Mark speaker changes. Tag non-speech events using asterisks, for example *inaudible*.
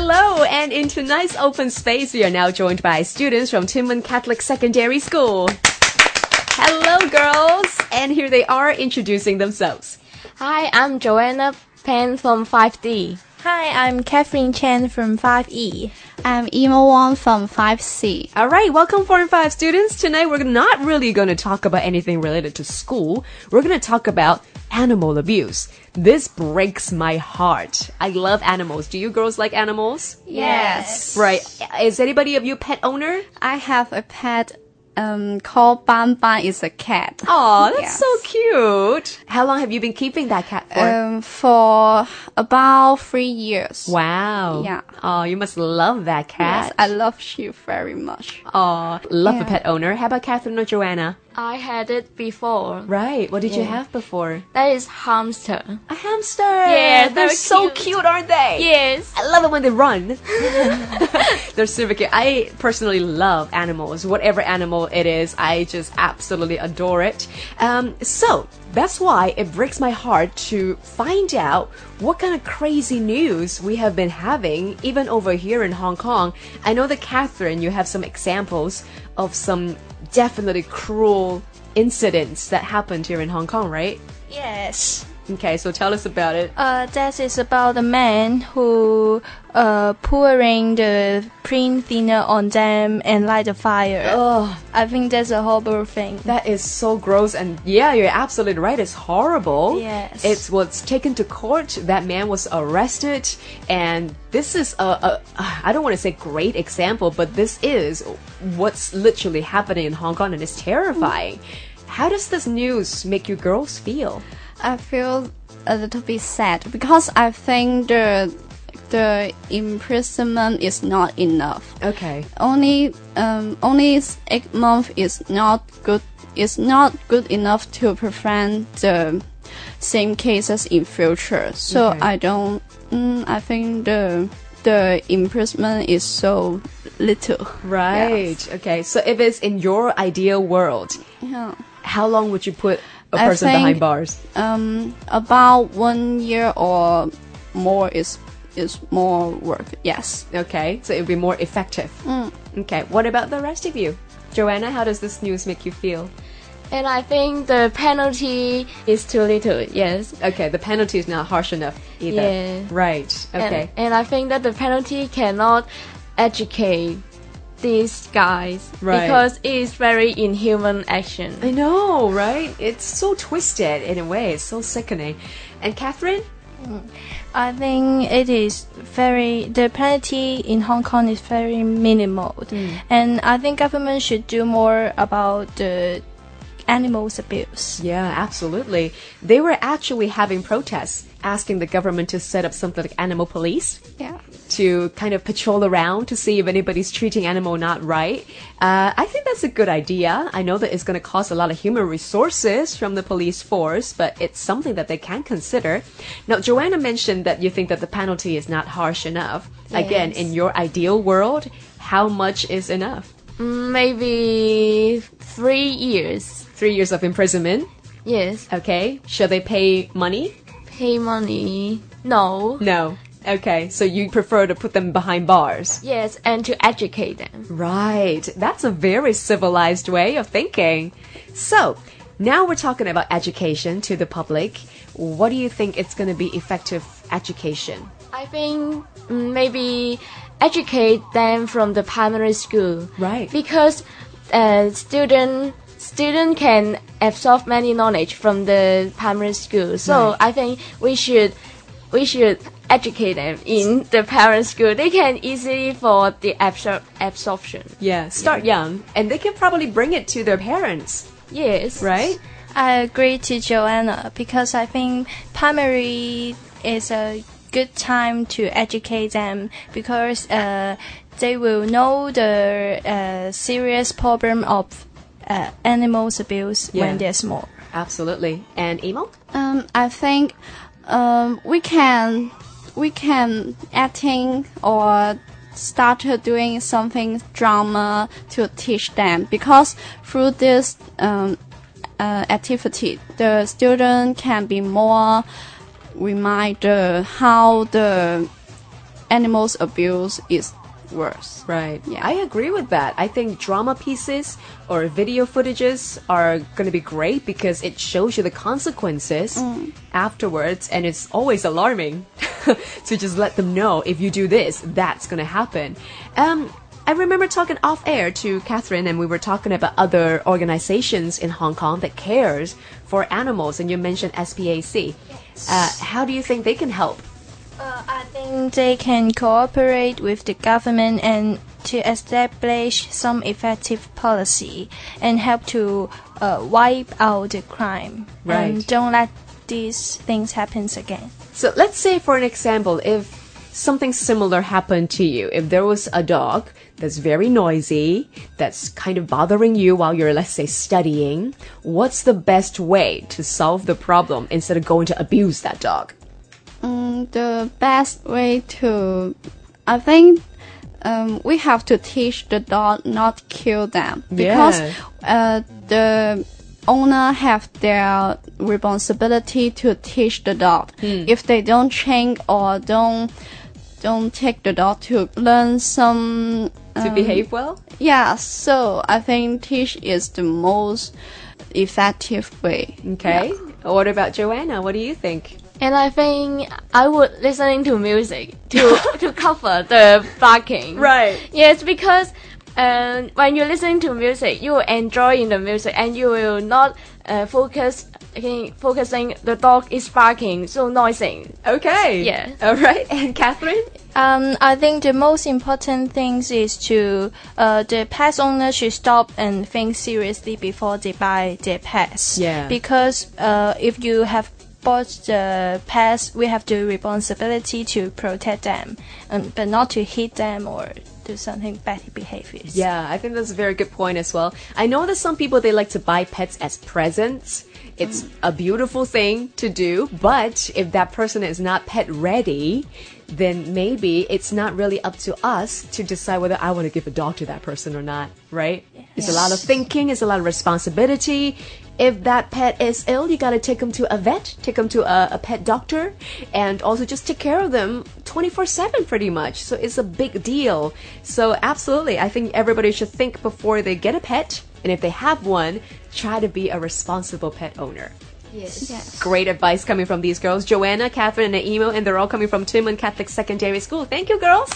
Speaker 1: and in tonight's open space, we are now joined by students from Tillman Catholic Secondary School. Hello, girls, and here they are introducing themselves.
Speaker 2: Hi, I'm Joanna Pan from 5D.
Speaker 3: Hi, I'm Catherine Chen from E. 5E.
Speaker 4: I'm Emma Wong from 5C.
Speaker 1: All right, welcome, Form 5 students. Tonight, we're not really going to talk about anything related to school. We're going to talk about animal abuse. This breaks my heart. I love animals. Do you girls like animals?
Speaker 3: Yes.
Speaker 1: Right. Is anybody of you a pet owner?
Speaker 4: I have a pet um, called Ban Ban. It's a cat.
Speaker 1: Aw, that's
Speaker 4: Yes.
Speaker 1: so cute. How long have you been keeping that cat for?
Speaker 4: Um, for about three years.
Speaker 1: wow.
Speaker 4: yeah.
Speaker 1: Oh, you must love that
Speaker 4: Yes,
Speaker 1: cat.
Speaker 4: I love you very much.
Speaker 1: Oh, love a
Speaker 4: Yeah.
Speaker 1: pet owner. How about Catherine or Joanna?
Speaker 2: I had it before.
Speaker 1: Right. What did you have before?
Speaker 2: That is hamster.
Speaker 1: A hamster.
Speaker 2: Yeah,
Speaker 1: they're
Speaker 2: they're
Speaker 1: so cute.
Speaker 2: cute.
Speaker 1: aren't they?
Speaker 2: Yes.
Speaker 1: I love it when they run. *laughs* They're super cute. I personally love animals. Whatever animal it is, I just absolutely adore it. Um, so that's why it breaks my heart to find out what kind of crazy news we have been having, even over here in Hong Kong. I know that Catherine, you have some examples of some definitely cruel incidents that happened here in Hong Kong, right?
Speaker 3: Yes.
Speaker 1: Okay, so tell us about it.
Speaker 3: Uh, that is about a man who uh, pouring the print thinner on them and light a fire.
Speaker 1: Ugh.
Speaker 3: I think that's a horrible thing.
Speaker 1: That is so gross, and yeah, you're absolutely right. It's horrible.
Speaker 3: Yes.
Speaker 1: it was taken to court. That man was arrested, and this is a, a I don't want to say great example, but this is what's literally happening in Hong Kong, and it's terrifying. How does this news make you girls feel?
Speaker 4: I feel a little bit sad because I think the the imprisonment is not enough.
Speaker 1: Okay,
Speaker 4: Only um only eight months is not good. Is not good enough to prevent the same cases in future. So
Speaker 1: Okay.
Speaker 4: I don't. Mm, I think the the imprisonment is so little.
Speaker 1: right. Okay, so if it's in your ideal world,
Speaker 4: Yeah.
Speaker 1: how long would you put a
Speaker 4: I
Speaker 1: person behind
Speaker 4: think-
Speaker 1: bars?
Speaker 4: Um, about one year or more is is more work. Yes.
Speaker 1: Okay, so it would be more effective. Okay, what about the rest of you? Joanna, how does this news make you feel?
Speaker 2: And I think the penalty is too little. Yes.
Speaker 1: Okay, the penalty is not harsh enough either.
Speaker 2: Yeah.
Speaker 1: Right, okay.
Speaker 2: And, and I think that the penalty cannot educate these guys
Speaker 1: Right.
Speaker 2: because it is very inhuman action.
Speaker 1: I know, right? It's so twisted in a way, it's so sickening. And Catherine?
Speaker 3: I think it is very the penalty in Hong Kong is very minimal,
Speaker 1: Hmm.
Speaker 3: and I think government should do more about the animals abuse.
Speaker 1: Yeah, absolutely. They were actually having protests asking the government to set up something like animal police.
Speaker 4: Yeah.
Speaker 1: to kind of patrol around to see if anybody's treating animal not right. Uh, I think that's a good idea. I know that it's going to cost a lot of human resources from the police force, but it's something that they can consider. Now, Joanna mentioned that you think that the penalty is not harsh enough. Again, in your ideal world, how much is enough?
Speaker 2: Maybe three years.
Speaker 1: Three years of imprisonment.
Speaker 2: Yes.
Speaker 1: Okay. Shall they pay money?
Speaker 2: Pay money. No.
Speaker 1: No. Okay. So you prefer to put them behind bars?
Speaker 2: Yes, and to educate them.
Speaker 1: Right. That's a very civilized way of thinking. So, now we're talking about education to the public. What do you think it's going to be effective education?
Speaker 2: I think mm, maybe educate them from the primary school.
Speaker 1: Right.
Speaker 2: Because uh, student student can absorb many knowledge from the primary school. So I think we should we should educate them in the *laughs* parent school. They can easily for the absor- absorption.
Speaker 1: Yeah, start young and they can probably bring it to their parents,
Speaker 2: Yes.
Speaker 1: right?
Speaker 3: I agree to Joanna because I think primary is a good time to educate them because uh, they will know the uh, serious problem of uh, animals abuse
Speaker 1: Yeah.
Speaker 3: when they're small.
Speaker 1: Absolutely. And Emo?
Speaker 4: Um, I think um, we can we can acting or start doing something drama to teach them because through this um, uh, activity, the student can be more reminder how the animals abuse is worse.
Speaker 1: Right.
Speaker 4: Yeah.
Speaker 1: I agree with that. I think drama pieces or video footages are going to be great because it shows you the consequences afterwards, and it's always alarming *laughs* to just let them know if you do this, that's going to happen. Um, I remember talking off air to Catherine, and we were talking about other organizations in Hong Kong that cares for animals, and you mentioned SPAC. Uh, how do you think they can help?
Speaker 3: Uh, I think they can cooperate with the government and to establish some effective policy and help to uh, wipe out the crime
Speaker 1: Right.
Speaker 3: and don't let these things happen again.
Speaker 1: So let's say, for an example, if something similar happened to you, if there was a dog that's very noisy, that's kind of bothering you while you're, let's say, studying, what's the best way to solve the problem instead of going to abuse that dog?
Speaker 4: Mm, the best way to, I think, um, we have to teach the dog not kill them because
Speaker 1: Yeah.
Speaker 4: uh, the owner have their responsibility to teach the dog.
Speaker 1: Hmm.
Speaker 4: If they don't train or don't don't take the dog to learn some uh,
Speaker 1: To behave well?
Speaker 4: yeah, so I think teach is the most effective way.
Speaker 1: Okay. What about Joanna? What do you think?
Speaker 2: And I think I would listening to music to to cover the barking.
Speaker 1: Right.
Speaker 2: Yes, because um, when you listen to music, you will enjoy in the music, and you will not uh, focus again, focusing the dog is barking so noisy.
Speaker 1: Okay.
Speaker 2: Yeah.
Speaker 1: All right. *laughs* And Catherine?
Speaker 3: Um, I think the most important things is to uh, the pet owner should stop and think seriously before they buy their pets.
Speaker 1: Yeah.
Speaker 3: Because uh, if you have bought the pets, we have the responsibility to protect them, um, but not to hit them or do something bad behaviors.
Speaker 1: Yeah, I think that's a very good point as well. I know that some people they like to buy pets as presents. It's a beautiful thing to do, but if that person is not pet ready, then maybe it's not really up to us to decide whether I want to give a dog to that person or not, right? It's a lot of thinking, it's a lot of responsibility. If that pet is ill, you gotta take them to a vet, take them to a, a pet doctor, and also just take care of them 24 7 pretty much. So it's a big deal. So, absolutely, I think everybody should think before they get a pet, and if they have one, try to be a responsible pet owner. Great advice coming from these girls Joanna, Catherine, and Emo, and they're all coming from Tim and Catholic Secondary School. Thank you, girls.